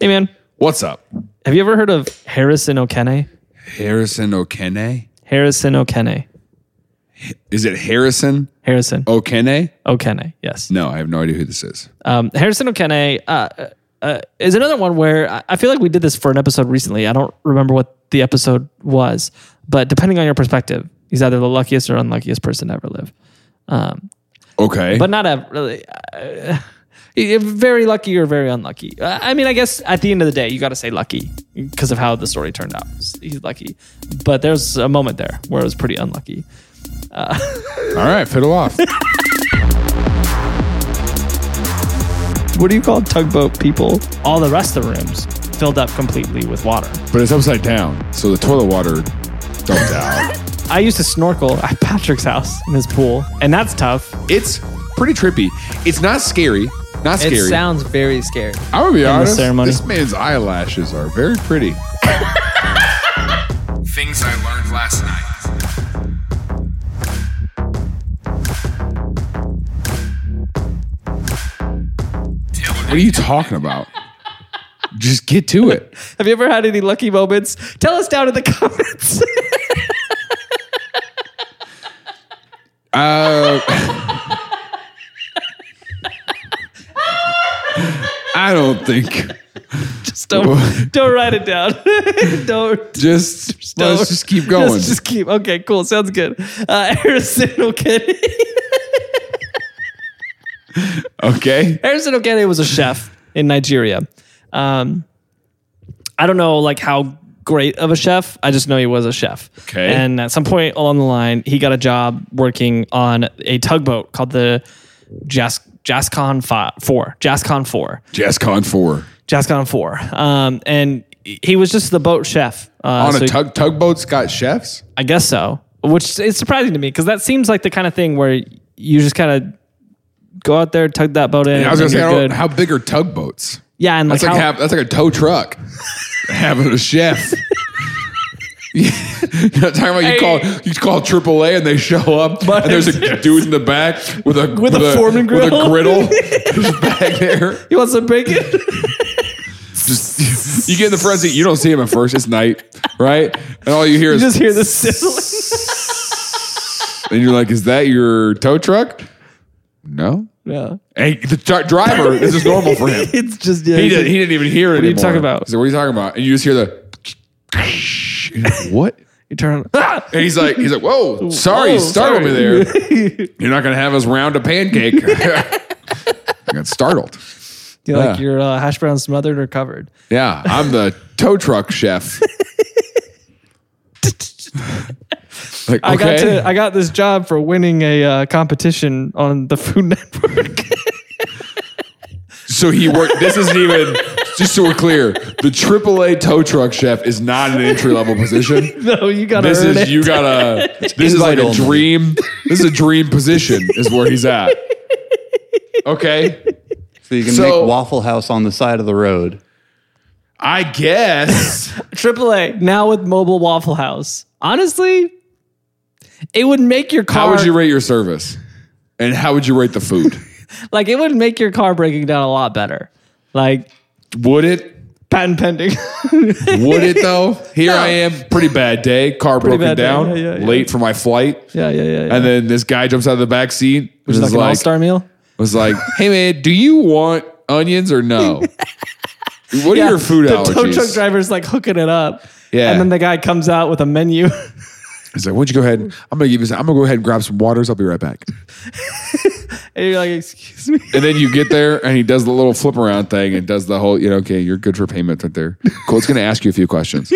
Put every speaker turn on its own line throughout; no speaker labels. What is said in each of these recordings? Hey man,
What's up?
have you ever heard of Harrison Okene?
Harrison Okene?
Harrison Okene.
Is it Harrison
Harrison
Oh. Okene?
Okene. Yes.
No, I have no idea who this is.
Um, Harrison Okene uh, uh, is another one where I- I feel like we did this for an episode recently. I don't remember what the episode was, but depending on your perspective, he's either the luckiest or unluckiest person to ever live.
Okay.
But not a really. Uh, you're very lucky or very unlucky. Uh, I mean, I guess at the end of the day, you got to say lucky because of how the story turned out. He's lucky, but there's a moment there where it was pretty unlucky.
All right, fiddle off.
What do you call tugboat people? All the rest of the rooms filled up completely with water.
but it's upside down, so the toilet water dumped out.
I used to snorkel at Patrick's house in his pool, and that's tough.
It's pretty trippy. It's not scary. Not
It
scary.
sounds very scary.
I'm gonna be honest.
ceremony.
This man's eyelashes are very pretty.
Things I learned last night.
What are you talking about? Just get to it.
Have you ever had any lucky moments? Tell us down in the comments.
Uh, I don't think.
Just don't don't write it down. don't.
Just
don't.
let's just keep going.
Just, just keep. Okay, cool. Sounds good. Uh, Harrison O'Kennedy.
okay.
Harrison O'Kennedy was a chef in Nigeria. Um, I don't know like how great of a chef. I just know he was a chef.
Okay.
And at some point along the line, he got a job working on a tugboat called the Jas Jascon Fi- Four. Jascon Four.
JazzCon four
Jascon Four. Um, and he was just the boat chef uh,
on
so
a
he-
tug tugboat's got chefs.
I guess so. Which is surprising to me because that seems like the kind of thing where you just kind of go out there, tug that boat in.
I was
and
gonna say, I
you're
don't,
good.
how big are tugboats?
yeah, and like,
That's like
how,
have, that's like a tow truck having a chef. You're not talking about you call you call AAA and they show up and there's a dude in the back with a
With a Foreman
with a
griddle.
griddle just back there.
you want some bacon?
Just you get in the front seat, you don't see him at first. It's night, right? And all you hear
you
is
just hear the sizzling.
and you're like, "Is that your tow truck?" No.
Yeah,
Hey, the dri- driver. This is normal for him.
it's just yeah.
He
it's
didn't,
like-
he didn't even hear it. What
you talking about?
He's like, what are you talking about? And you just hear the. You're like, what?
you turn on. Ah!
And he's like, he's like, whoa, sorry,
Whoa,
you startled me
sorry.
there. You're not gonna have us round a pancake. I got startled.
You're like
Yeah.
your uh, hash brown smothered or covered.
Yeah, I'm the tow truck chef. like,
I got
okay.
to I got this job for winning a uh, competition on the Food Network.
so he worked. This isn't even. Just so we're clear, the AAA tow truck chef is not an entry level position.
no, you got to
This
earn
is
it.
you gotta. This is
Invite
like a
only.
dream. This is a dream position. Is where he's at. Okay,
So you can
So-
make Waffle House on the side of the road.
I guess.
AAA now with mobile Waffle House. Honestly, it would make your car
How would you rate your service? And how would you rate the food?
like it would make your car breaking down a lot better. Like
Would it?
patent pending.
Would it though? Here I am, pretty bad day, car broken
bad day,
down,
yeah, yeah, yeah.
late for my flight,
yeah, yeah, yeah. yeah.
and then this guy jumps out of the back seat, which
It's like an all star meal.
was like, "Hey man, do you want onions or no? What are your food
the
allergies?"
tow truck driver's like hooking it up.
Yeah.
And then the guy comes out with a menu.
He's like, "Why don't you go ahead? I'm gonna give you. Some, I'm gonna go ahead and grab some waters. I'll be right back."
and you're like, excuse me.
And then you get there, and he does the little flip around thing, and does the whole, you know, okay, you're good for payment right there. Cool. It's gonna ask you a few questions.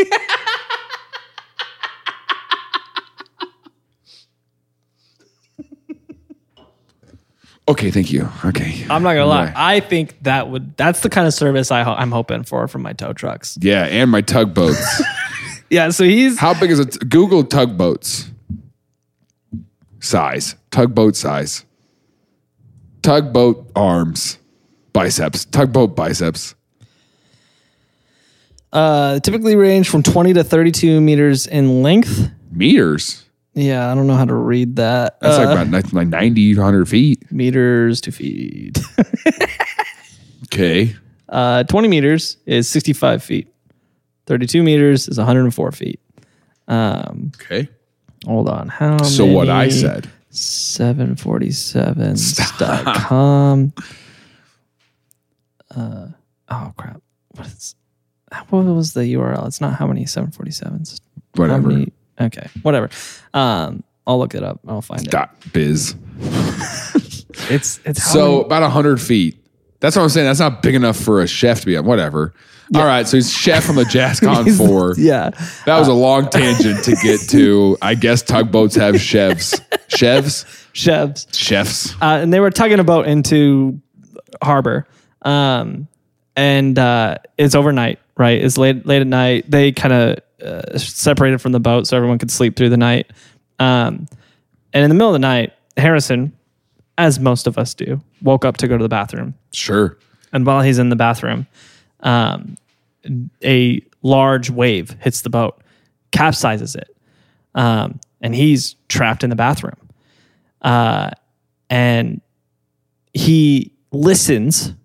okay, thank you. Okay,
I'm not gonna lie.
Right.
I think that would that's the kind of service I ho- I'm hoping for from my tow trucks.
yeah, and my tugboats.
Yeah, so he's
How big is a t- Google tugboats size? Tugboat size. Tugboat arms, biceps. Tugboat biceps.
uh, typically range from 20 to 32 meters in length.
Meters.
Yeah, I don't know how to read that.
That's
Uh,
like about ni- like 90, 100 feet.
meters to feet.
Okay.
Uh, 20 meters is 65 feet. 32 meters is 104 feet.
Okay.
Hold on. How
So what I
many
said.
747.com. Uh, oh, crap. What, is, what was the URL? It's not how many 747s. How
Whatever.
many? Okay, whatever. Um, I'll look it up. I'll find
Dot biz.
it. It's it's how
So about hundred feet. That's what I'm saying. That's not big enough for a chef to be on. Whatever. All right. So he's chef on the Jascon four.
many- yeah.
That was a long tangent to get to. I guess tugboats have chefs. Chefs?
Chefs.
Chefs.
uh, and they were tugging a boat into harbor. Um, and uh, it's overnight, right? It's late late at night. They kind of uh, separated from the boat so everyone could sleep through the night. Um, and in the middle of the night, Harrison, as most of us do, woke up to go to the bathroom.
Sure.
And while he's in the bathroom, um, a large wave hits the boat, capsizes it, um, and he's trapped in the bathroom. Uh, and he listens.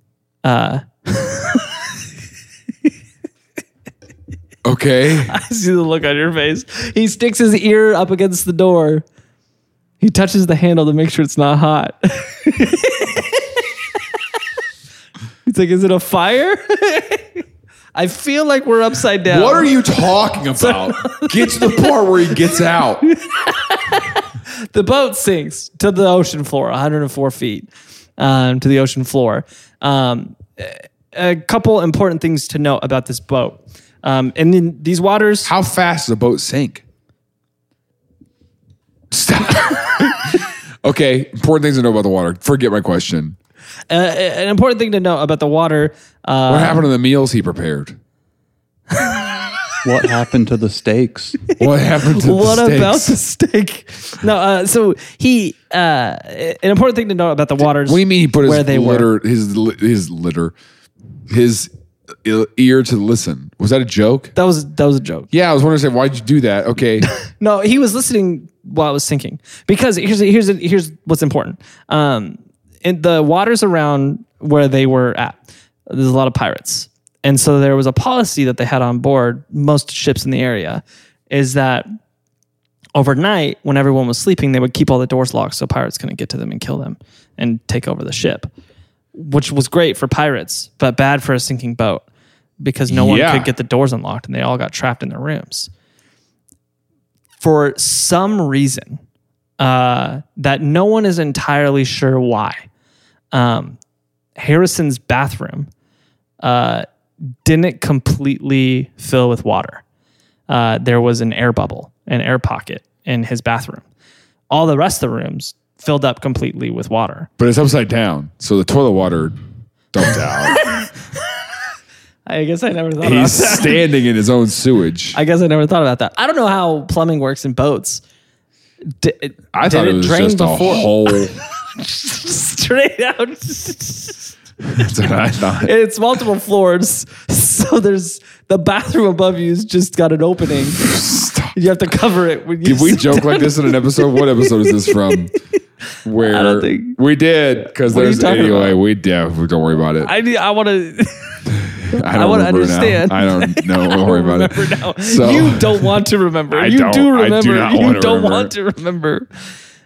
Uh,
Okay.
I see the look on your face. He sticks his ear up against the door. He touches the handle to make sure it's not hot. He's like, "Is it a fire?" I feel like we're upside down.
What are you talking about? Get to the part where he gets out.
the boat sinks to the ocean floor, 104 feet um, to the ocean floor. Um, a couple important things to note about this boat. Um, and in these waters,
How fast does a boat sink? Stop. okay. Important things to know about the water. Forget my question.
uh, an important thing to know about the water, uh,
What happened to the meals he prepared?
What happened to the steaks?
What happened to
what
the
about
steaks?
the steak? No, uh, so he, uh, an important thing to know about the waters.
What do you mean he put his
where they
litter,
were?
his li- his litter, his il- ear to listen? Was that a joke?
That was, that was a joke.
Yeah, I was wondering why'd you do that? Okay,
No, he was listening while I was sinking. Because here's here's here's what's important. Um, in the waters around where they were at, there's a lot of pirates, and so there was a policy that they had on board most ships in the area, is that overnight when everyone was sleeping, they would keep all the doors locked so pirates couldn't get to them and kill them and take over the ship, which was great for pirates, but bad for a sinking boat because no
Yeah.
one could get the doors unlocked and they all got trapped in their rooms for some reason uh, that no one is entirely sure why. Um, Harrison's bathroom uh, didn't completely fill with water. Uh, there was an air bubble, an air pocket in his bathroom. All the rest of the rooms filled up completely with water.
but it's upside down, so the toilet water dumped out.
I guess I never thought
He's
about that.
standing in his own sewage. I,
I guess I never thought about that. I don't know how plumbing works in boats. D- it,
thought it, was just a hole. That's
straight out.
what I thought.
and it's multiple floors. So there's the bathroom above you's just got an opening.
Stop.
You have to cover it when you.
Did we
sit
joke
down.
like this in an episode? What episode is this from? Where
don't think-
we did because
are you
there's
talking
anyway
about?
we yeah don't worry about it.
I need. I want to.
don't
I wanna
remember now.
understand.
I don't know. Don't worry about
remember
it.
now.
So-
you don't want to remember.
I
you
don't.
do
I do
remember.
not
you
wanna
don't
remember.
want to remember.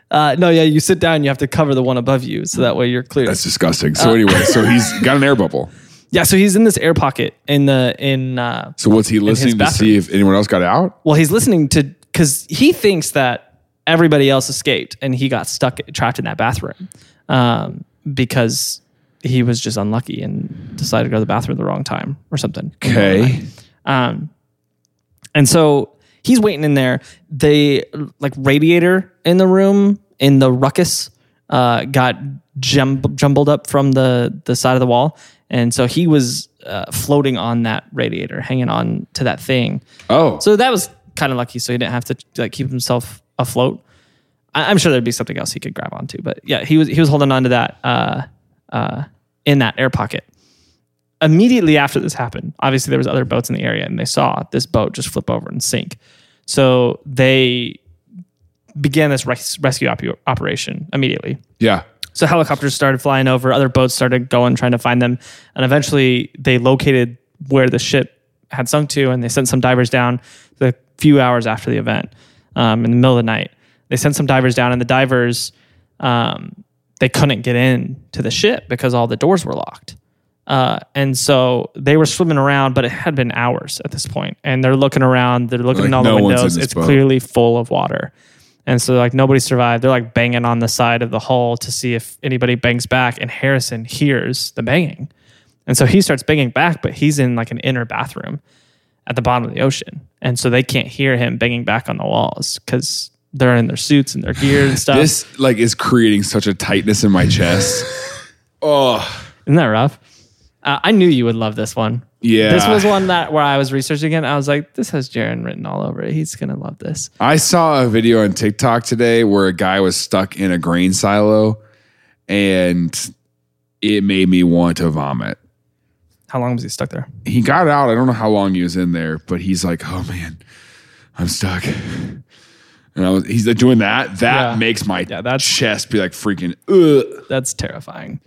Uh, no, yeah. You sit down. You have to cover the one above you, so that way you're clear.
That's disgusting.
Uh,
So anyway, so he's got an air bubble.
yeah. So he's in this air pocket in the in. Uh,
So was he listening to
bathroom.
see if anyone else got out?
well, he's listening to because he thinks that everybody else escaped and he got stuck trapped in that bathroom um, because he was just unlucky and decided to go to the bathroom at the wrong time or something.
Okay.
Um, and so he's waiting in there. The like radiator in the room in the ruckus uh, got jumb- jumbled up from the the side of the wall, and so he was uh, floating on that radiator, hanging on to that thing.
Oh,
So that was kind of lucky. So he didn't have to like keep himself afloat. I, I'm sure there'd be something else he could grab onto, but yeah, he was he was holding on to that uh, uh, in that air pocket. Immediately after this happened, obviously there was other boats in the area, and they saw this boat just flip over and sink. So they began this res- rescue op- operation immediately.
yeah.
So helicopters started flying over, other boats started going trying to find them, and eventually they located where the ship had sunk to, and they sent some divers down. The few hours after the event, um, in the middle of the night, they sent some divers down, and the divers um, they couldn't get in to the ship because all the doors were locked. Uh, and so they were swimming around, but it had been hours at this point, and they're looking around, they're looking
Like,
in all
no
the
one's in
windows.
this
It's
boat.
clearly full of water. And so like nobody survived. They're like banging on the side of the hull to see if anybody bangs back. And Harrison hears the banging. And so he starts banging back, but he's in like an inner bathroom at the bottom of the ocean. And so they can't hear him banging back on the walls because they're in their suits and their gear and stuff.
This like is creating such a tightness in my chest. oh
Isn't that rough? Uh, I knew you would love this one.
yeah.
This was one that where I was researching it. I was like, this has Jaron written all over it. He's gonna love this.
I saw a video on TikTok today where a guy was stuck in a grain silo, and it made me want to vomit.
How long was he stuck there?
he got out. I don't know how long he was in there, but he's like, "Oh man, I'm stuck." And I was, he's like doing that. That
Yeah.
makes my
Yeah, that's-
chest be like freaking. Ugh.
That's terrifying.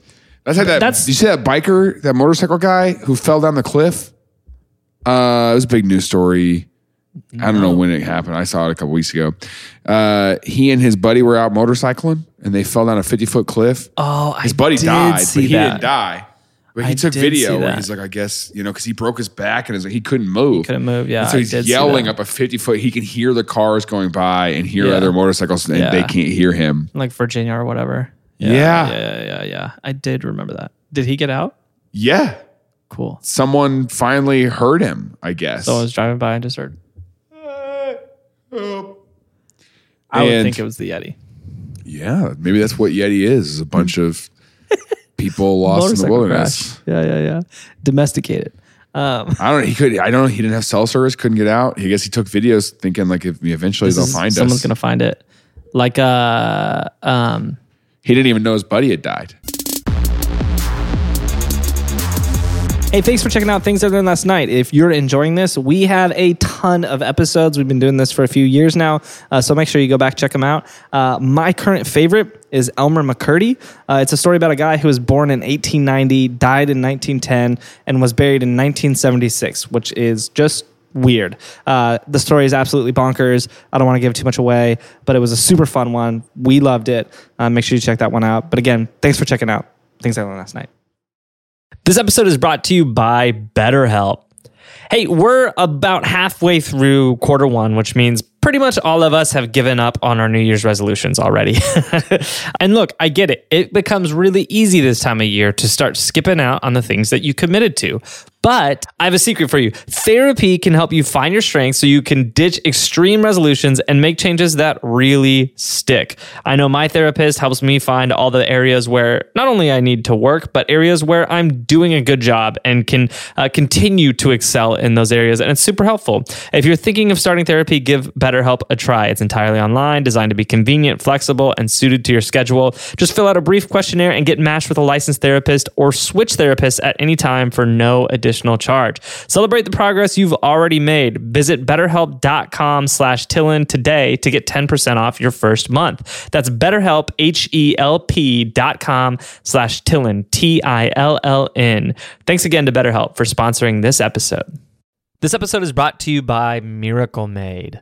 That's like that.
That's-
That's, you see that biker, that motorcycle guy who fell down the cliff? Uh, it was a big news story. I don't know when it happened. I saw it a couple weeks ago. Uh, he and his buddy were out motorcycling, and they fell down a 50 foot cliff.
Oh,
His buddy died, but he didn't die. But he
I
took
did see
video
that.
and he's like, I guess, you know, because he broke his back and he's like, he couldn't move. He
couldn't move, yeah,
so
I
he's
did see
yelling
that.
up a 50 foot. He can hear the cars going by and hear
Yeah.
other motorcycles and
Yeah.
they can't hear him.
like Virginia or whatever.
Yeah.
yeah, yeah, yeah, yeah. I did remember that. Did he get out?
Yeah.
Cool.
Someone finally heard him, I guess.
So I was driving by and just heard. I would
And-
think it was the Yeti.
yeah. Maybe that's what Yeti is, is a bunch of people lost in the
Motorcycle
wilderness.
crash. Yeah, yeah, yeah. Domesticated. Um,
I don't know. He could, I don't know. He didn't have cell service, couldn't get out. I guess he took videos thinking like if eventually they'll
s-
find
someone's
us.
gonna find it. Like uh, um,
he didn't even know his buddy had died.
Hey, thanks for checking out Things Other Than Last Night. If you're enjoying this, we have a ton of episodes. We've been doing this for a few years now, uh, so make sure you go back, check them out. Uh, my current favorite is Elmer McCurdy. Uh, it's a story about a guy who was born in 1890, died in 1910, and was buried in 1976, which is just weird. Uh, the story is absolutely bonkers. I don't want to give too much away, but it was a super fun one. We loved it. Uh, make sure you check that one out. But again, thanks for checking out Things Other Than Last Night. This episode is brought to you by BetterHelp. Hey, we're about halfway through quarter one, which means pretty much all of us have given up on our New Year's resolutions already. and look, I get it. It becomes really easy this time of year to start skipping out on the things that you committed to. But I have a secret for you therapy can help you find your strengths so you can ditch extreme resolutions and make changes that really stick. I know my therapist helps me find all the areas where not only I need to work, but areas where I'm doing a good job and can uh, continue to excel in those areas. And it's super helpful. If you're thinking of starting therapy, give BetterHelp a try. It's entirely online, designed to be convenient, flexible, and suited to your schedule. Just fill out a brief questionnaire and get matched with a licensed therapist or switch therapists at any time for no additional charge. Celebrate the progress you've already made. Visit betterhelp.com slash Tillin today to get 10% off your first month. That's betterhelp, H-E-L-P dot com slash Tillin, T-I-L-L-N. Thanks again to BetterHelp for sponsoring this episode. This episode is brought to you by Miracle Made.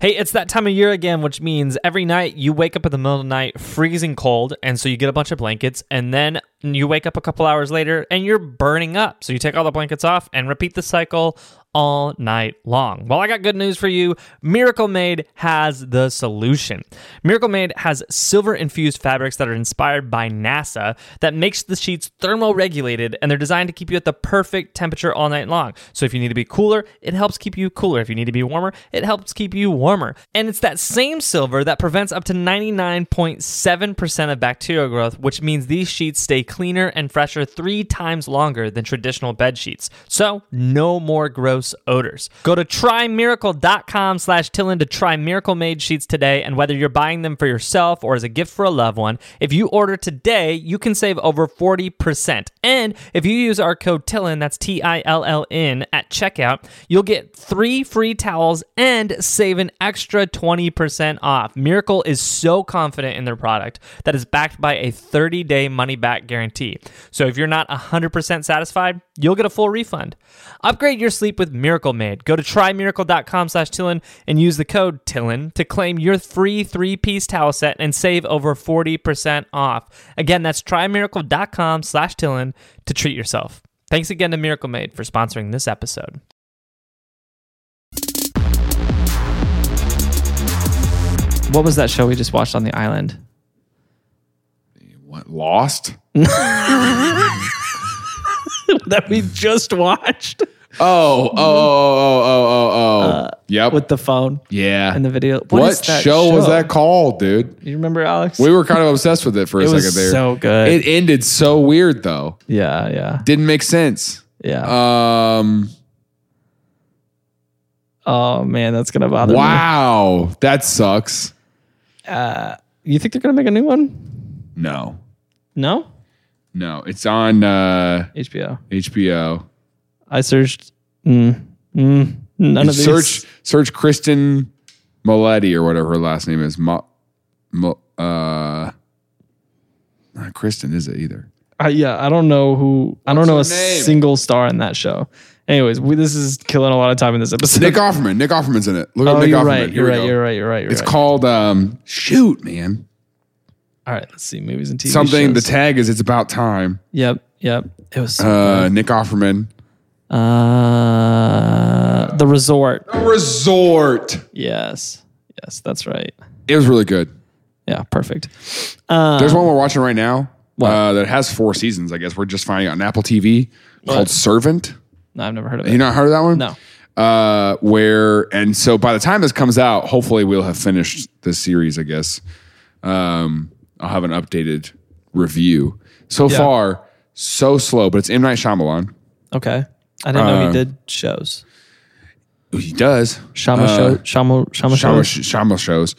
Hey, it's that time of year again, which means every night you wake up in the middle of the night freezing cold, and so you get a bunch of blankets, and then you wake up a couple hours later and you're burning up. So you take all the blankets off and repeat the cycle all night long. Well, I got good news for you. Miracle Made has the solution. Miracle Made has silver infused fabrics that are inspired by NASA that makes the sheets thermoregulated and they're designed to keep you at the perfect temperature all night long. So if you need to be cooler, it helps keep you cooler. If you need to be warmer, it helps keep you warmer. And it's that same silver that prevents up to 99.7% of bacterial growth, which means these sheets stay cleaner and fresher 3 times longer than traditional bed sheets. So, no more gross gross odors. Go to trymiracle.com slash Tillin to try Miracle Made sheets today. And whether you're buying them for yourself or as a gift for a loved one, if you order today, you can save over 40%. And if you use our code Tillin, that's T I L L N, at checkout, you'll get three free towels and save an extra 20% off. Miracle is so confident in their product that is backed by a 30 day money back guarantee. So if you're not 100% satisfied, you'll get a full refund. Upgrade your sleep with Miracle Made. Go to trymiracle.com slash Tillin and use the code Tillin to claim your free three piece towel set and save over 40% off. Again, that's trymiracle.com slash Tillin to treat yourself. Thanks again to Miracle Made for sponsoring this episode.
What was that show we just watched on the island?
What, lost? Oh,
that we just watched
Oh, oh, oh, oh, oh, oh, oh. yep.
Uh, with the phone
yeah.
and the video.
What,
is
show,
that
was that called, dude?
You remember Alex?
We were kind of obsessed with it for a
It
second
was
there.
so good.
It ended so weird though.
yeah, yeah,
Didn't make sense.
yeah.
Um
oh man, that's gonna bother me.
wow. That sucks.
You think they're gonna make a new one?
No.
No,
No. It's on uh
HBO.
HBO.
I searched. Mm, mm, none of these.
Search search Kristen Maletti or whatever her last name is. Mo, Mo, uh not Kristen is it either.
I, yeah, I don't know who. I don't know a
her name?
single star in that show. Anyways, we, this is killing a lot of time in this episode.
Nick Offerman. Nick Offerman's in it. Look
oh,
at Nick
you're
Offerman.
right,
Here
you're
we
right,
go.
you're right. You're right. You're
It's
right.
called um shoot, man.
All right, let's see movies and TV
Something the
shows.
tag is it's about time.
yep, yep. It was so
Uh Nick Offerman.
good. Uh, the Resort.
Resort.
Yes, yes, that's right.
It was really good.
Yeah, perfect. Uh.
There's one we're watching right now uh, that has four seasons. I guess we're just finding out on Apple TV called Servant.
No, I've never heard of
You
it.
not heard of that one?
No.
Uh, where and so by the time this comes out, hopefully we'll have finished this series. I guess um, I'll have an updated review. So far, so slow, but it's M Night Shyamalan.
Okay, I didn't
Um,
know he did shows.
He does
Shama show. Shama. Shama,
uh, Shama,
shows.
Shama shows,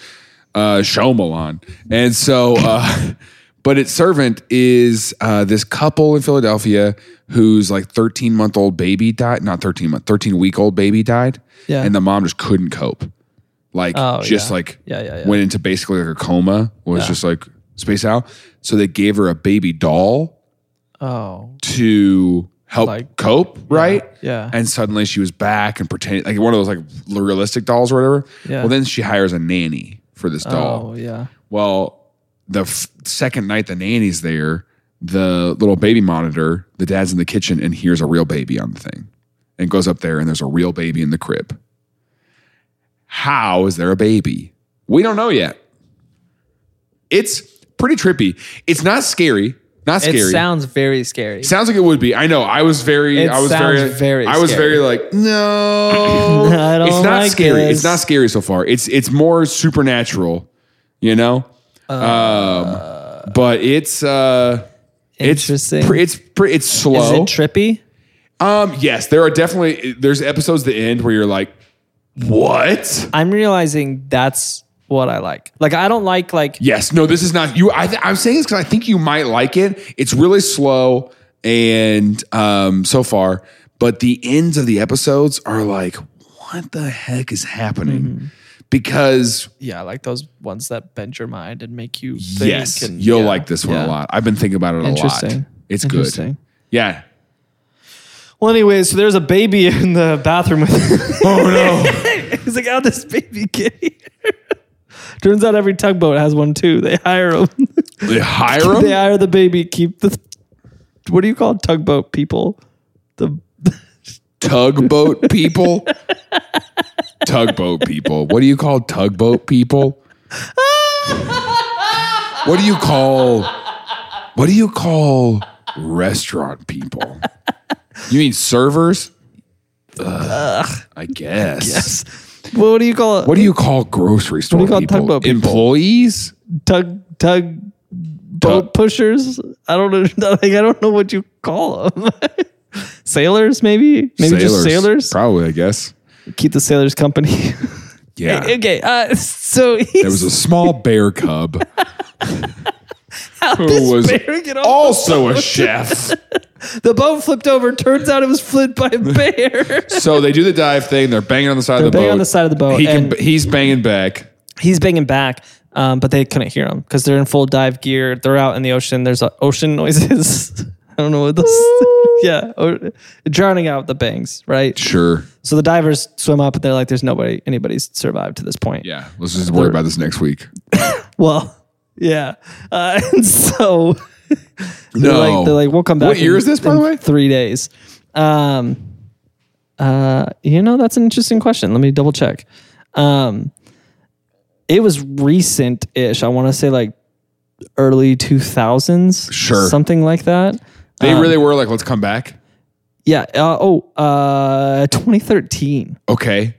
uh, Shomalon. And so, uh, but its servant is uh, this couple in Philadelphia whose like 13 month old baby died, not 13 month, 13 week old baby died.
Yeah.
And the mom just couldn't cope. Like,
Oh,
just
yeah.
like,
Yeah, yeah, yeah.
went into basically like a coma, was just like space out. So they gave her a baby doll
Oh,
to help
Like-
cope, right?
yeah.
And suddenly she was back and pretending like one of those like realistic dolls or whatever.
Yeah.
Well, then she hires a nanny for this doll.
oh, yeah.
Well, the f- second night the nanny's there, the little baby monitor, the dad's in the kitchen and hears a real baby on the thing and goes up there and there's a real baby in the crib. How is there a baby? We don't know yet. It's pretty trippy. It's not scary. Not
It
scary.
sounds very scary.
Sounds like it would be. I know. I was very.
It
I was
sounds
very.
very
I was
scary.
very like no.
I don't
it's not
like
scary.
this.
It's not scary so far. It's it's more supernatural. You know.
Uh,
um, but it's uh,
Interesting.
It's pre- it's, pre- it's
Is
slow.
it trippy?
um, yes, there are definitely there's episodes that end where you're like, what?
I'm realizing that's what I like. Like I don't like like
Yes. No, this is not you. I th- I'm saying this because I think you might like it. It's really slow and um, so far, but the ends of the episodes are like, what the heck is happening?
Mm-hmm.
Because
yeah, I like those ones that bend your mind and make you think
yes,
and-
you'll
yeah,
like this one
yeah.
a lot. I've been thinking about it a lot.
Interesting.
It's
Interesting.
good. Yeah.
Well, anyways, so there's a baby in the bathroom with
Oh no.
He's like, how'd this baby get here? Turns out every tugboat has one too. They hire them.
they hire him.
they hire the baby, keep the what do you call tugboat people? The
tugboat people. tugboat people. What do you call tugboat people? What do you call what do you call restaurant people? You mean servers? Ugh, I guess.
what do you call it?
What do you call grocery store
do you call
people?
tugboat people?
Employees?
tug tug boat
Tug.
pushers. I don't know. Like I don't know what you call them. sailors, maybe, maybe just sailors.
Probably, I guess.
Keep the sailors company.
Yeah.
okay, uh, so he's
there was a small bear cub who was
bear get off
also a chef.
the boat flipped over. Turns out it was flipped by a bear.
So they do the dive thing. They're banging on the side of the
They're banging
boat.
on the side of the boat,
He can,
and-
he's banging back.
he's banging back, um, but they couldn't hear him because they're in full dive gear. They're out in the ocean. There's uh, ocean noises. I don't know what those. yeah, o- drowning out the bangs, right?
Sure.
So the divers swim up, and they're like, "There's nobody, anybody's survived to this point."
Yeah. Let's just worry about this next week.
Well, yeah, uh, and so they're
No.
like, they're like, "We'll come back."
What year
in-
is this, by
in
the way?
Three days. Um, uh, you know, that's an interesting question. Let me double check. Um, it was recent-ish. I want to say like early two thousands,
Sure.
something like that.
They
um,
really were like, let's come back.
Yeah. Uh, oh, uh, twenty thirteen.
Okay.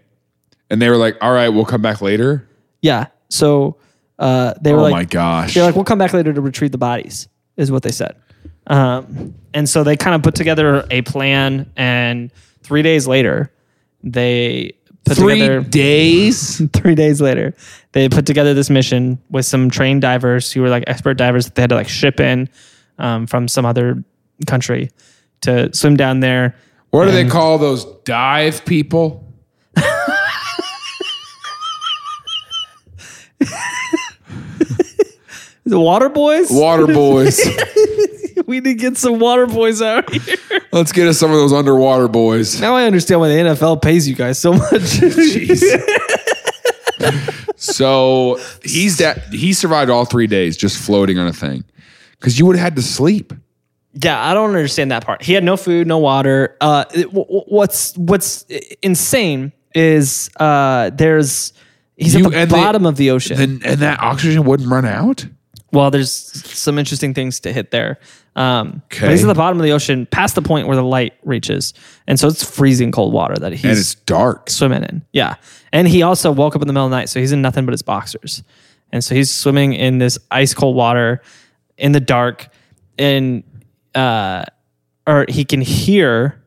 And they were like, all right, we'll come back later.
Yeah. So uh, they were
oh
like,
my gosh.
They're like, we'll come back later to retrieve the bodies, is what they said. Um, and so they kind of put together a plan, and three days later, they put together
days?
three days later, they put together this mission with some trained divers who were like expert divers that they had to like ship in um, from some other country to swim down there.
What do they call those dive people?
The water boys?
Water boys.
we need to get some water boys out here.
Let's get us some of those underwater boys.
Now I understand why the NFL pays you guys so much.
So he's that he survived all three days just floating on a thing. Cause you would have had to sleep.
Yeah, I don't understand that part. He had no food, no water. Uh, it- w- w- what's what's insane is uh, there's he's
You-
at the
and they-
bottom of the ocean.
Then and that oxygen wouldn't run out?
well, there's some interesting things to hit there. Um, but
Okay.
he's at the bottom of the ocean, past the point where the light reaches, and so it's freezing cold water that he's
And it's dark.
swimming in. Yeah. And he also woke up in the middle of the night, so he's in nothing but his boxers. And so he's swimming in this ice cold water in the dark and uh or he can hear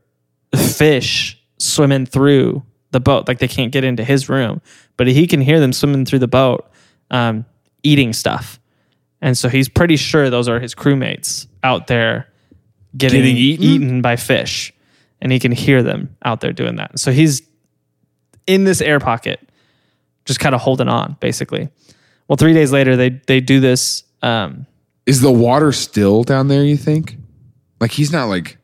fish swimming through the boat. Like they can't get into his room, but he can hear them swimming through the boat um eating stuff. And so he's pretty sure those are his crewmates out there getting,
Getting eaten?
eaten by fish. And he can hear them out there doing that. So he's in this air pocket, just kind of holding on, basically. Well, three days later, they they do this. Um,
Is the water still down there, you think? Like he's not like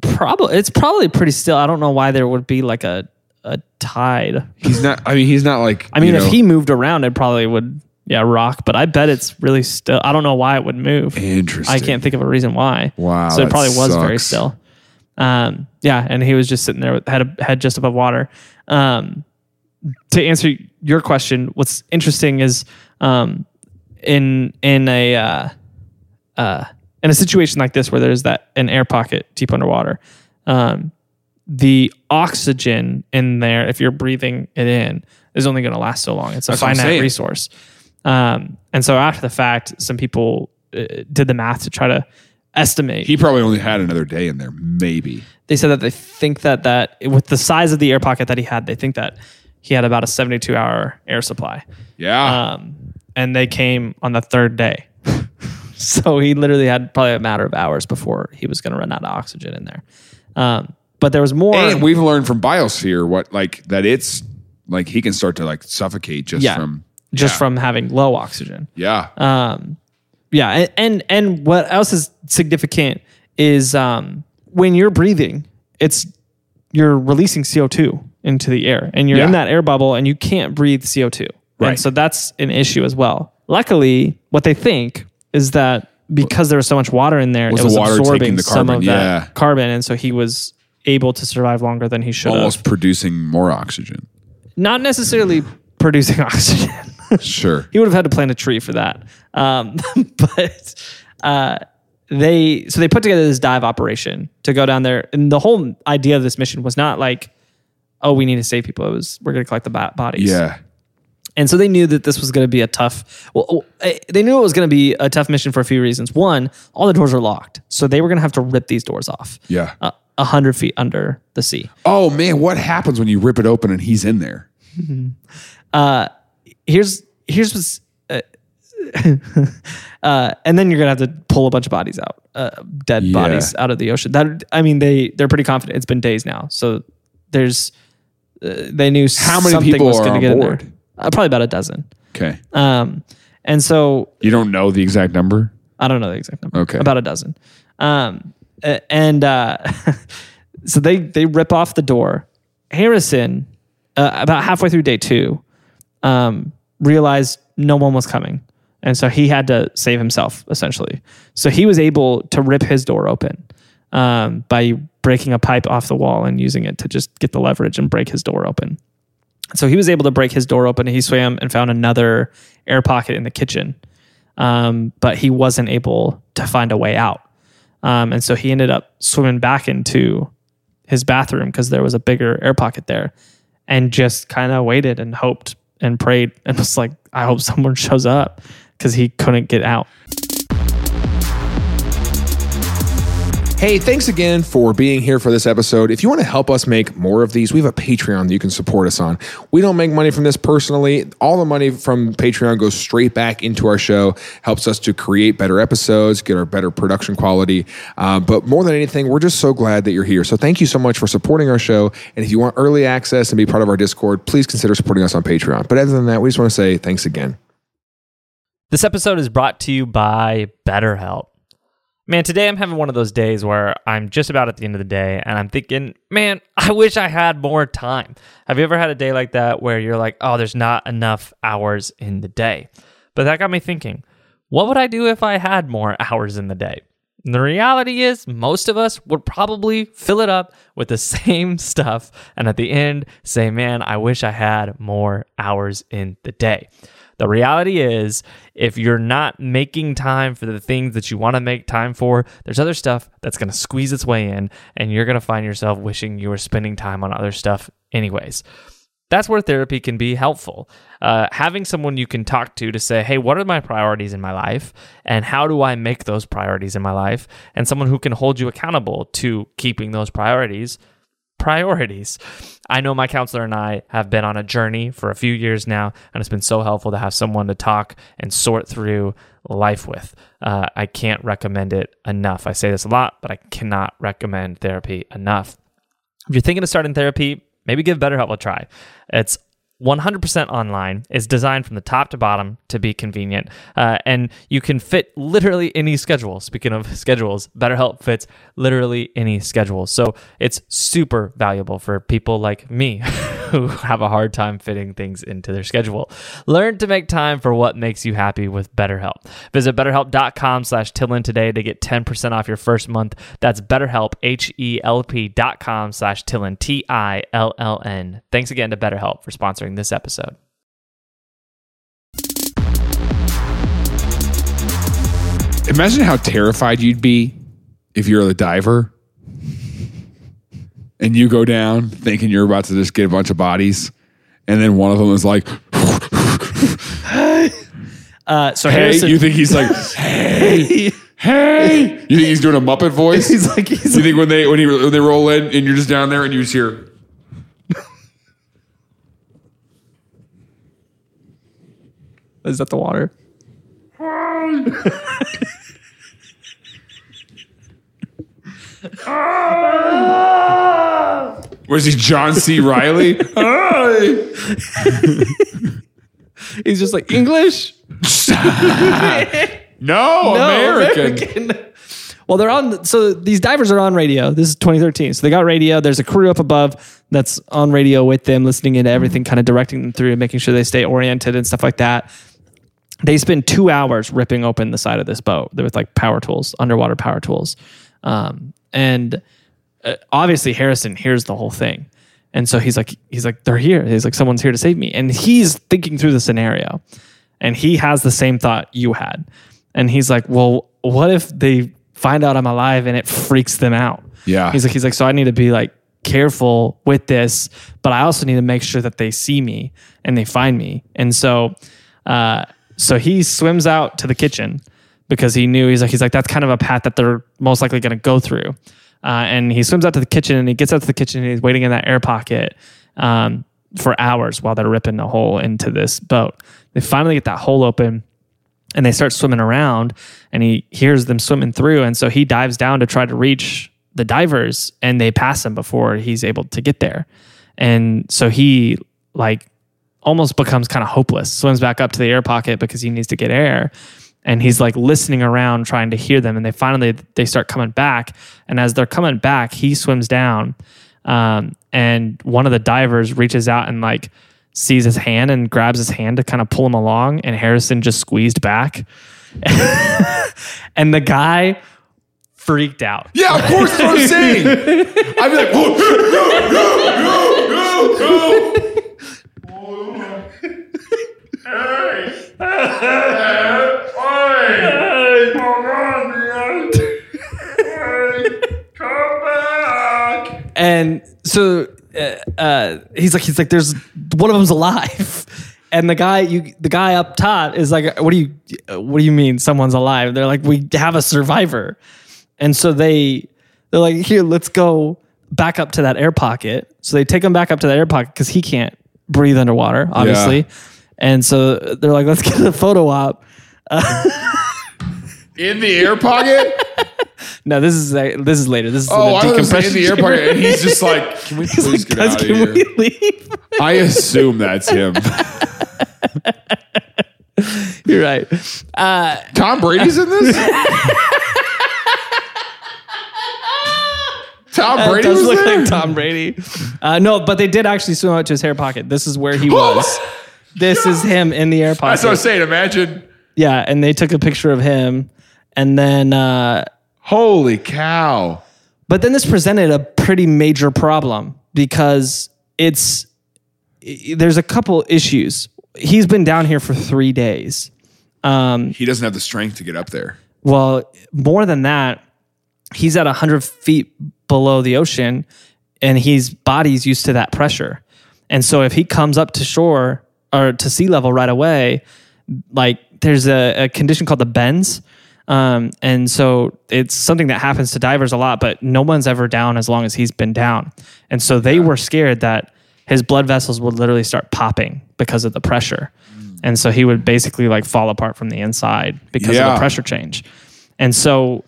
probably it's probably pretty still. I don't know why there would be like a a tide.
he's not I mean he's not like
I mean,
you
if
know-
he moved around, it probably would yeah rock. But I bet it's really still. I don't know why it would move.
interesting.
I can't think of a reason why.
Wow,
So it
that
probably was very
sucks.
still. Um, yeah, and he was just sitting there with head head just above water. Um, to answer your question, what's interesting is um, in in a uh, uh, in a situation like this where there's that an air pocket deep underwater, um, the oxygen in there, if you're breathing it in, is only going to last so long. It's a
what I'm
finite
saying.
resource. Um, and so after the fact, some people uh, did the math to try to estimate.
He probably only had another day in there, maybe.
they said that they think that that with the size of the air pocket that he had, they think that he had about a 72 hour air supply.
Yeah.
Um, and they came on the third day. so he literally had probably a matter of hours before he was going to run out of oxygen in there. Um, but there was more.
and we've learned from biosphere what like that it's like he can start to like suffocate just
yeah, Uh,
from
just
yeah.
from having low oxygen.
yeah
yeah and, and and what else is significant is um when you're breathing it's you're releasing co2 into the air and you're
Yeah.
in that air bubble and you can't breathe co2 and
Right.
so that's an issue as well luckily what they think is that because there was so much water in there
Was
it
the
was
water
absorbing
taking the
some of
carbon? Yeah.
that carbon and so he was able to survive longer than he should
almost
have
producing more oxygen.
not necessarily producing oxygen
Sure.
he would have had to plant a tree for that. Um, but uh, they so they put together this dive operation to go down there, and the whole idea of this mission was not like, oh, we need to save people. It was we're going to collect the bo- bodies.
Yeah.
And so they knew that this was going to be a tough. Well, eh, they knew it was going to be a tough mission for a few reasons. One, all the doors are locked, so they were going to have to rip these doors off. Uh,
Yeah.
a hundred feet under the sea.
Oh man, what happens when you rip it open and he's in there?
Here's here's what's. Uh, uh, and then you're gonna have to pull a bunch of bodies out, uh, dead
Yeah.
bodies out of the ocean. That I mean, they they're pretty confident. It's been days now, so there's uh, they knew
How many
something
people
was
are
gonna
on
get in there.
board?
Uh, probably about a dozen.
Okay.
Um, and so
You don't know the exact number?
I don't know the exact number.
Okay.
about a dozen. Um, a- and uh, so they they rip off the door. Harrison, uh, about halfway through day two, um, realized no one was coming, and so he had to save himself essentially. So he was able to rip his door open um, by breaking a pipe off the wall and using it to just get the leverage and break his door open. So he was able to break his door open. and He swam and found another air pocket in the kitchen um, but he wasn't able to find a way out. Um, and so he ended up swimming back into his bathroom because there was a bigger air pocket there and just kind of waited and hoped and prayed and was like, I hope someone shows up because he couldn't get out.
Hey, thanks again for being here for this episode. If you want to help us make more of these, we have a Patreon that you can support us on. We don't make money from this personally. All the money from Patreon goes straight back into our show, helps us to create better episodes, get our better production quality. Uh, but more than anything, we're just so glad that you're here. So thank you so much for supporting our show. And if you want early access and be part of our Discord, please consider supporting us on Patreon. But other than that, we just want to say thanks again.
This episode is brought to you by BetterHelp. Man, today I'm having one of those days where I'm just about at the end of the day and I'm thinking, man, I wish I had more time. Have you ever had a day like that where you're like, oh, there's not enough hours in the day? But that got me thinking, what would I do if I had more hours in the day? And the reality is, most of us would probably fill it up with the same stuff and at the end say, Man, I wish I had more hours in the day. The reality is, if you're not making time for the things that you want to make time for, there's other stuff that's going to squeeze its way in, and you're going to find yourself wishing you were spending time on other stuff, anyways that's where therapy can be helpful. Uh, having someone you can talk to to say, hey, what are my priorities in my life? And how do I make those priorities in my life? And someone who can hold you accountable to keeping those priorities priorities. I know my counselor and I have been on a journey for a few years now, and it's been so helpful to have someone to talk and sort through life with. Uh, I can't recommend it enough. I say this a lot, but I cannot recommend therapy enough. If you're thinking of starting therapy, maybe give BetterHelp a try. It's 100% online. It's designed from the top to bottom to be convenient. Uh, and you can fit literally any schedule. Speaking of schedules, BetterHelp fits literally any schedule. So it's super valuable for people like me who have a hard time fitting things into their schedule. Learn to make time for what makes you happy with BetterHelp. Visit betterhelp.com slash Tillin today to get 10% off your first month. That's betterhelp, H-E-L-P dot com slash Tillin, T-I-L-L-N. Thanks again to BetterHelp for sponsoring this episode.
Imagine how terrified you'd be if you're the diver and you go down thinking you're about to just get a bunch of bodies, and then one of them is like,
Uh, so
"Hey,"
Harrison,
you think he's like, "Hey, hey," you think he's doing a Muppet voice?
he's like, he's
you think when they when, he, when they roll in and you're just down there and you just hear,
is that the water?
"Was he John C. Riley?"
He's just like English.
no, Oh, American.
American. Well, they're on. So these divers are on radio. This is 2013. So they got radio. There's a crew up above that's on radio with them, listening into everything, kind of directing them through and making sure they stay oriented and stuff like that. They spend two hours ripping open the side of this boat with like power tools, underwater power tools. Um, and uh, obviously Harrison hears the whole thing. And so he's like, he's like, they're here. He's like, someone's here to save me. And he's thinking through the scenario and he has the same thought you had. And he's like, well, what if they find out I'm alive and it freaks them out?
Yeah.
He's like, he's like, so I need to be like careful with this, but I also need to make sure that they see me and they find me. And so, uh, so he swims out to the kitchen because he knew he's like he's like that's kind of a path that they're most likely going to go through. Uh, and he swims out to the kitchen and he gets out to the kitchen and he's waiting in that air pocket um, for hours while they're ripping a hole into this boat. They finally get that hole open and they start swimming around and he hears them swimming through and so he dives down to try to reach the divers and they pass him before he's able to get there and so he like almost becomes kind of hopeless swims back up to the air pocket because he needs to get air and he's like listening around trying to hear them and they finally they start coming back and as they're coming back he swims down um, and one of the divers reaches out and like sees his hand and grabs his hand to kind of pull him along and harrison just squeezed back and the guy freaked out
Yeah, of course, that's what I'm saying. I'd be like, "Whoa, no, no, no, no, no."
and so uh, uh, he's like he's like there's one of them's alive and the guy you the guy up top is like what do you what do you mean someone's alive they're like we have a survivor and so they they're like here let's go back up to that air pocket so they take him back up to that air pocket because he can't breathe underwater obviously
Yeah.
and so they're like let's get a photo op
In the air pocket?
no this is this is later this is
Oh, I
in a
was
decompression
in the air
chamber.
pocket, and he's just like, "Can we
He's
please
like,
get
guys,
out of
can
here?"
we leave?
I assume that's him.
You're right.
Tom Brady's in this. Tom Brady
does
was
look
there?
like Tom Brady. Uh, no, but they did actually swim out to his hair pocket. This is where he was. This is him in the air pocket.
That's what I'm saying. Imagine.
yeah, and they took a picture of him, and then uh,
Holy cow!
but then this presented a pretty major problem because it's i- there's a couple issues. He's been down here for three days.
He doesn't have the strength to get up there.
Well, more than that, he's at 100 feet below the ocean and his body's used to that pressure. And so if he comes up to shore or to sea level right away, like there's a, a condition called the bends. Um, and so it's something that happens to divers a lot, but no one's ever down as long as he's been down. And so they were scared that his blood vessels would literally start popping because of the pressure. And so he would basically like fall apart from the inside because of
Yeah.
the pressure change. And so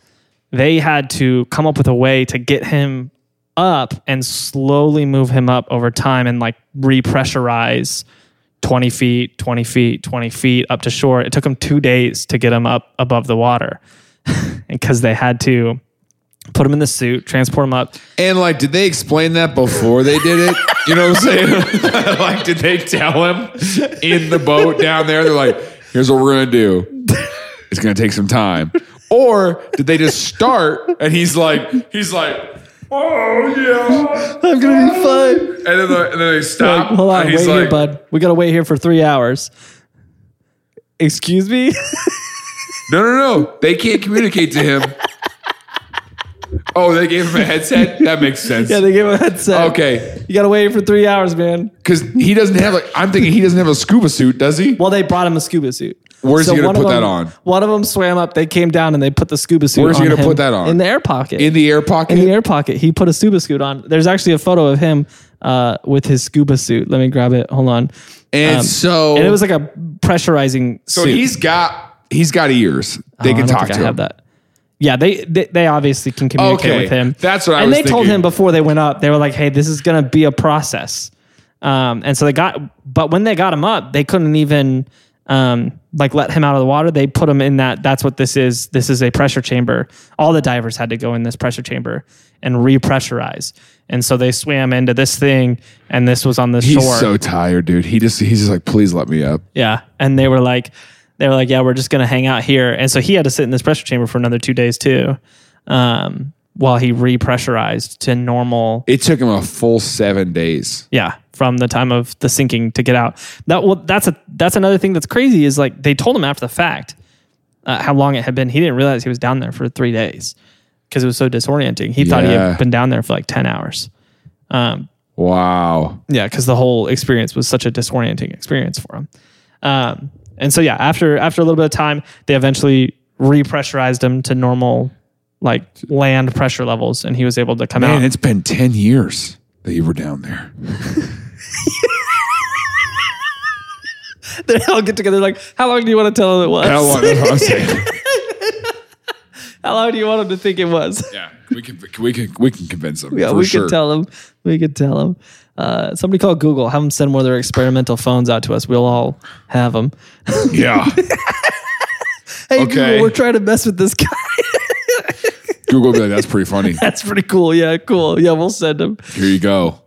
they had to come up with a way to get him up and slowly move him up over time and like repressurize 20 feet, 20 feet, 20 feet up to shore. It took them two days to get him up above the water because they had to put him in the suit, transport him up.
And like, did they explain that before they did it? You know what I'm saying? like, did they tell him in the boat down there? They're like, here's what we're gonna do. It's gonna take some time. Or did they just start and he's like, he's like, oh yeah.
I'm going to be fine.
And then, the, and then they stop.
Hold on,
and
wait
Uh, he's
here,
like,
bud. We got to wait here for three hours. Excuse me?
No, no, no. They can't communicate to him. oh, they gave him a headset? That makes sense.
yeah, they gave him a headset.
okay.
You got to wait for three hours, man.
Because he doesn't have, like, I'm thinking he doesn't have a scuba suit, does he?
Well, they brought him a scuba suit.
Where's he gonna
one of
put that
them-
on?
One of them swam up. They came down and they put the scuba suit.
Where's he
on
gonna
him
put that on?
In the air pocket.
In the air pocket?
In the air pocket. He put a scuba suit on. There's actually a photo of him uh, with his scuba suit. Let me grab it. Hold on.
And so,
Um, And it was like a pressurizing
Oh. so
suit.
he's got he's got ears. They
Oh, I
can
don't
talk
think
to
I
him.
have that. Yeah, they, they they obviously can communicate
Okay,
with him.
that's what I
and
was
they told
thinking.
him before they went up. They were like, "Hey, this is gonna be a process." Um, and so they got, but when they got him up, they couldn't even um, like let him out of the water. They put him in that. That's what this is. This is a pressure chamber. All the divers had to go in this pressure chamber and repressurize. And so they swam into this thing, and this was on the
He's
shore.
so tired, dude. He just he's just like, please let me up.
Yeah. And they were like, they were like, yeah, we're just going to hang out here. And so he had to sit in this pressure chamber for another two days too, um, while he repressurized to normal.
It took him a full seven days.
Yeah. From the time of the sinking to get out. That well, that's a, that's another thing that's crazy is like they told him after the fact uh, how long it had been. He didn't realize he was down there for three days because it was so disorienting. He thought he
Yeah.
had been down there for like 10 hours. Um,
Wow.
yeah, because the whole experience was such a disorienting experience for him. Um, and so yeah, after after a little bit of time, they eventually repressurized him to normal like land pressure levels, and he was able to come
Man,
out.
it's been 10 years that you were down there.
they all get together like, how long do you want to tell him it was?
That's what I'm saying.
How long do you want him to think it was?
Yeah, we can, we can, we can convince them.
Yeah,
for
we
sure.
could tell them. We could tell them. Uh, somebody call Google. Have them send one of their experimental phones out to us. We'll all have them.
Yeah.
Hey,
Okay.
Google, we're trying to mess with this guy.
Google be like, that's pretty funny.
That's pretty cool. Yeah, cool. Yeah, we'll send him.
Here you go.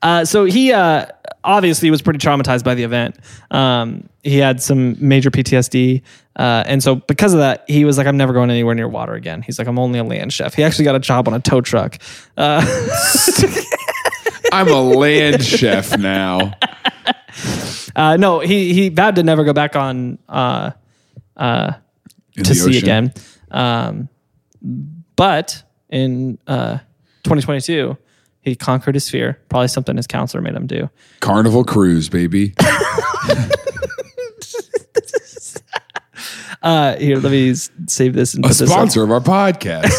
Uh, so he uh, obviously was pretty traumatized by the event. Um, he had some major PTSD. Uh, and so because of that, he was like, I'm never going anywhere near water again. He's like, I'm only a land chef. He actually got a job on a tow truck. Uh,
I'm a land chef now.
uh, no, he, he vowed to never go back on uh,
in
to
the
sea
ocean.
again. Um, but in uh, 2022, he conquered his fear, probably something his counselor made him do.
Carnival cruise, baby.
Uh, here, let me s- save this and
A
put this up.
sponsor of our podcast.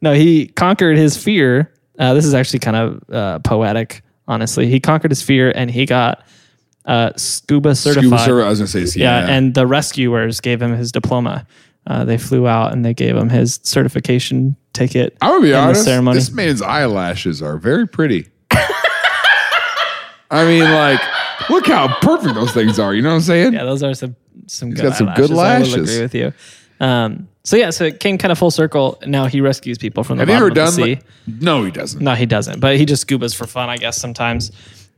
No, he conquered his fear. Uh, this is actually kind of uh, poetic, honestly. He conquered his fear and he got uh, scuba certified.
Scuba server. I was gonna say, sea,
yeah, and the rescuers gave him his diploma. Uh, they flew out and they gave him his certification ticket.
I'm gonna be
in
honest.
The ceremony.
This man's eyelashes are very pretty. I mean, like, look how perfect those things are. You know what I'm saying?
Yeah, those are some some good
got some
eyelashes.
good
I will
lashes.
agree with you. Um, so yeah, so it came kind of full circle. Now he rescues people from the
Have you
bottom
ever
of the
done?
sea.
Like, no, he doesn't.
no, he doesn't, but he just scubas for fun, I guess. Sometimes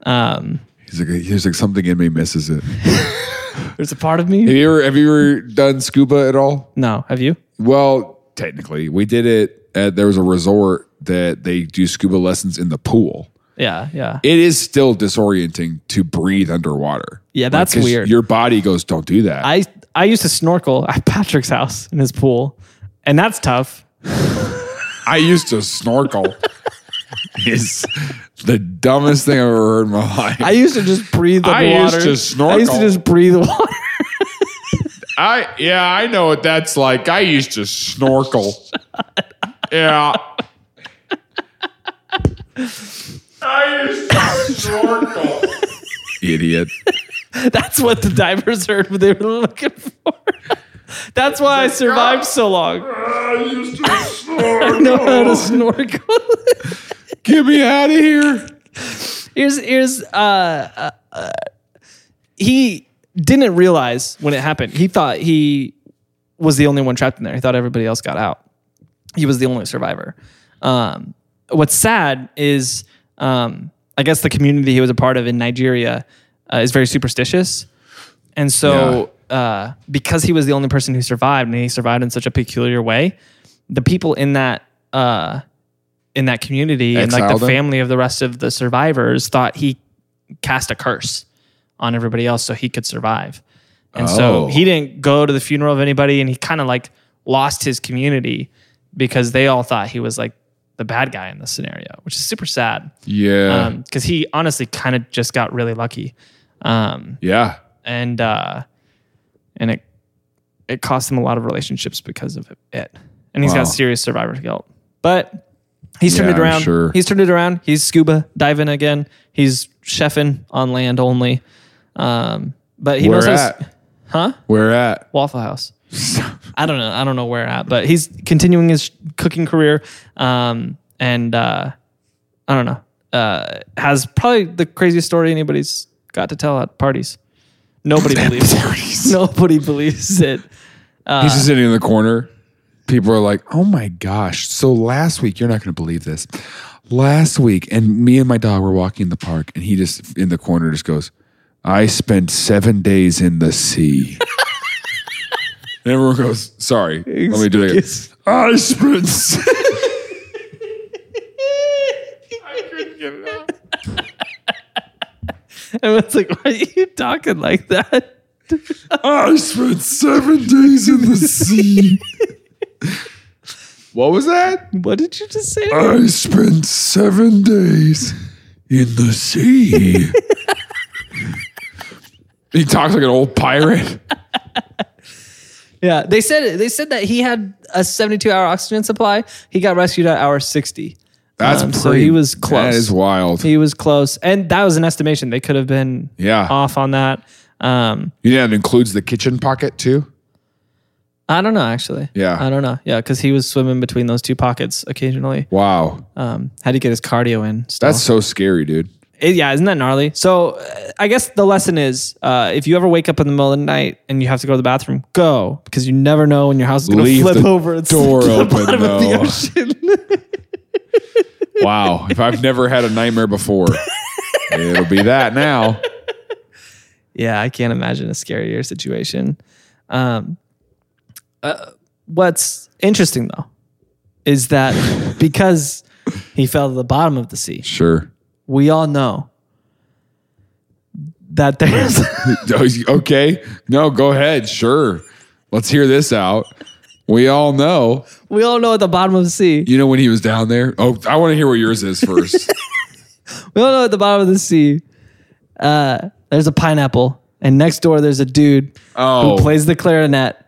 um,
He's like, he's like something in me misses it. Have
there's a part of me.
you ever, have you ever done scuba at all?
No, have you?
Well, technically, we did it. At, there was a resort that they do scuba lessons in the pool.
Yeah, yeah,
It is still disorienting to breathe underwater.
yeah. That's
'Cause
weird.
Your body goes, don't do that.
I I used to snorkel at Patrick's house in his pool, and that's tough.
I used to snorkel. is the dumbest thing I've ever heard in my life.
I
I,
used to just breathe the
I used
water.
to
I used to
snorkel.
just breathe water.
yeah, I know what that's like. I used to snorkel. yeah. I used to snorkel. Idiot.
That's what the divers heard when they were looking for. That's why I survived so long.
I used to snorkel.
know how to snorkel.
Get me out of here.
here's here's uh, uh, uh, he didn't realize when it happened. He thought he was the only one trapped in there. He thought everybody else got out. He was the only survivor. Um, what's sad is um, I guess the community he was a part of in Nigeria uh, is very superstitious, and so. Uh, because he was the only person who survived, and he survived in such a peculiar way, the people in that uh, in that community and like
Exiled
the
him?
family of the rest of the survivors thought he cast a curse on everybody else so he could survive. And so
Oh.
he didn't go to the funeral of anybody and he kind of like lost his community because they all thought he was like the bad guy in this scenario, which is super sad.
Yeah.
Because he honestly kind of just got really lucky. Um,
yeah.
and uh, and it it cost him a lot of relationships because of it. And he's
Wow.
got serious survivor's guilt. But he's turned
Yeah,
it
I'm
around.
sure.
He's turned it around. He's scuba diving again. He's chefing on land only. Um, but he knows
Where
how to s-
at? Huh? Where at?
Waffle House. I don't know. I don't know where at, but he's continuing his cooking career. Um, and uh, I don't know. Uh, has probably the craziest story anybody's got to tell at parties. Nobody believes it. Nobody believes it.
He's just sitting in the corner. People are like, oh my gosh. So last week, you're not going to believe this. Last week, and me and my dog were walking in the park, and he just in the corner just goes, I spent seven days in the sea. and everyone goes, sorry, let me do it again.
Excuse-
I spent. se-"
And it's like, why are you talking like that?
I spent seven days in the sea. what was that?
What did you just say?
I spent seven days in the sea. he talks like an old pirate.
Yeah, they said they said that he had a 72 hour oxygen supply. He got rescued at hour 60.
That's
Um,
pretty,
so he was
That
close.
is wild.
He was close, and that was an estimation. They could have been
Yeah.
off on that. Um,
you know, it includes the kitchen pocket too.
I don't know actually.
Yeah.
I don't know. Yeah, because he was swimming between those two pockets occasionally.
Wow,
Um, had to get his cardio in. Still.
that's so scary, dude.
It- yeah, isn't that gnarly? So uh, I guess the lesson is uh, if you ever wake up in the middle of the night and you have to go to the bathroom, go because you never know when your house is going to
Leave
flip
the
over. It's
door
the
open,
bottom of the
though.
ocean.
Wow, if I've never had a nightmare before, it'll be that now.
yeah, I can't imagine a scarier situation. Um, uh, what's interesting though is that because he fell to the bottom of the sea,
Sure.
we all know that there's
Okay. No, go ahead. Sure. Let's hear this out. We all know.
we all know at the bottom of the sea.
You know when he was down there? Oh, I want to hear what yours is first.
We all know at the bottom of the sea, uh, there's a pineapple, and next door there's a dude
Oh,
who plays the clarinet.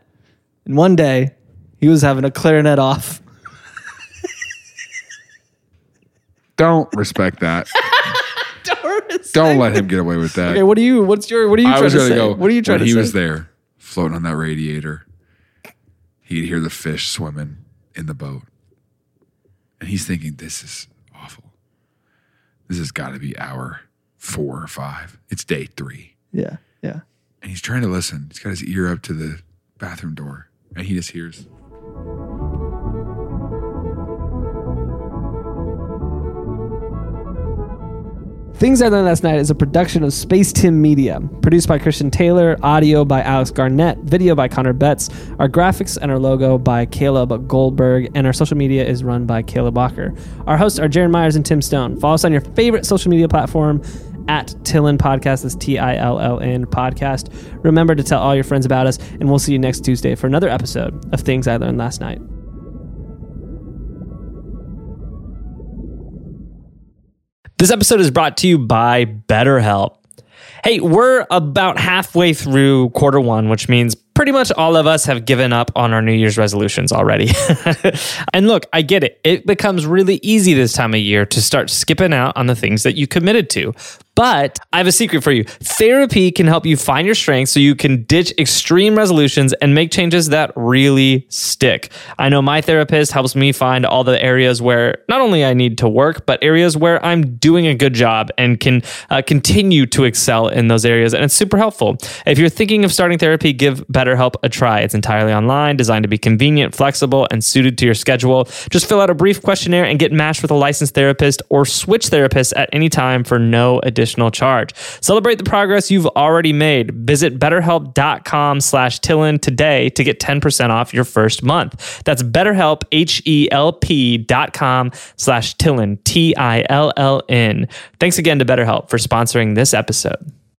And one day, he was having a clarinet off.
don't respect that. Don't let him get away with that.
Okay, what do you? What's your? What are you
I
trying
was
to
going
say?
to go.
what are you trying
when
to
he
say?
was there, floating on that radiator. He'd hear the fish swimming in the boat, and he's thinking, "This is awful. This has got to be hour four or five. It's day three.
Yeah, yeah.
and he's trying to listen. He's got his ear up to the bathroom door, and he just hears.
Things I Learned Last Night is a production of Space Tim Media, produced by Christian Taylor, audio by Alex Garnett, video by Connor Betts, our graphics and our logo by Caleb Goldberg, and our social media is run by Caleb Walker. Our hosts are Jaron Myers and Tim Stone. Follow us on your favorite social media platform at Tillin Podcast. That's T I L L N Podcast. Remember to tell all your friends about us, and we'll see you next Tuesday for another episode of Things I Learned Last Night.
This episode is brought to you by BetterHelp. Hey, we're about halfway through quarter one, which means pretty much all of us have given up on our New Year's resolutions already. and look, I get it. It becomes really easy this time of year to start skipping out on the things that you committed to. But I have a secret for you therapy can help you find your strengths so you can ditch extreme resolutions and make changes that really stick. I know my therapist helps me find all the areas where not only I need to work, but areas where I'm doing a good job and can uh, continue to excel in those areas. And it's super helpful. If you're thinking of starting therapy, give BetterHelp a try. It's entirely online, designed to be convenient, flexible, and suited to your schedule. Just fill out a brief questionnaire and get matched with a licensed therapist or switch therapists at any time for no additional charge. Celebrate the progress you've already made. Visit betterhelp.com slash Tillin today to get 10% off your first month. That's betterhelp, H-E-L-P dot com slash Tillin, T-I-L-L-N. Thanks again to BetterHelp for sponsoring this episode.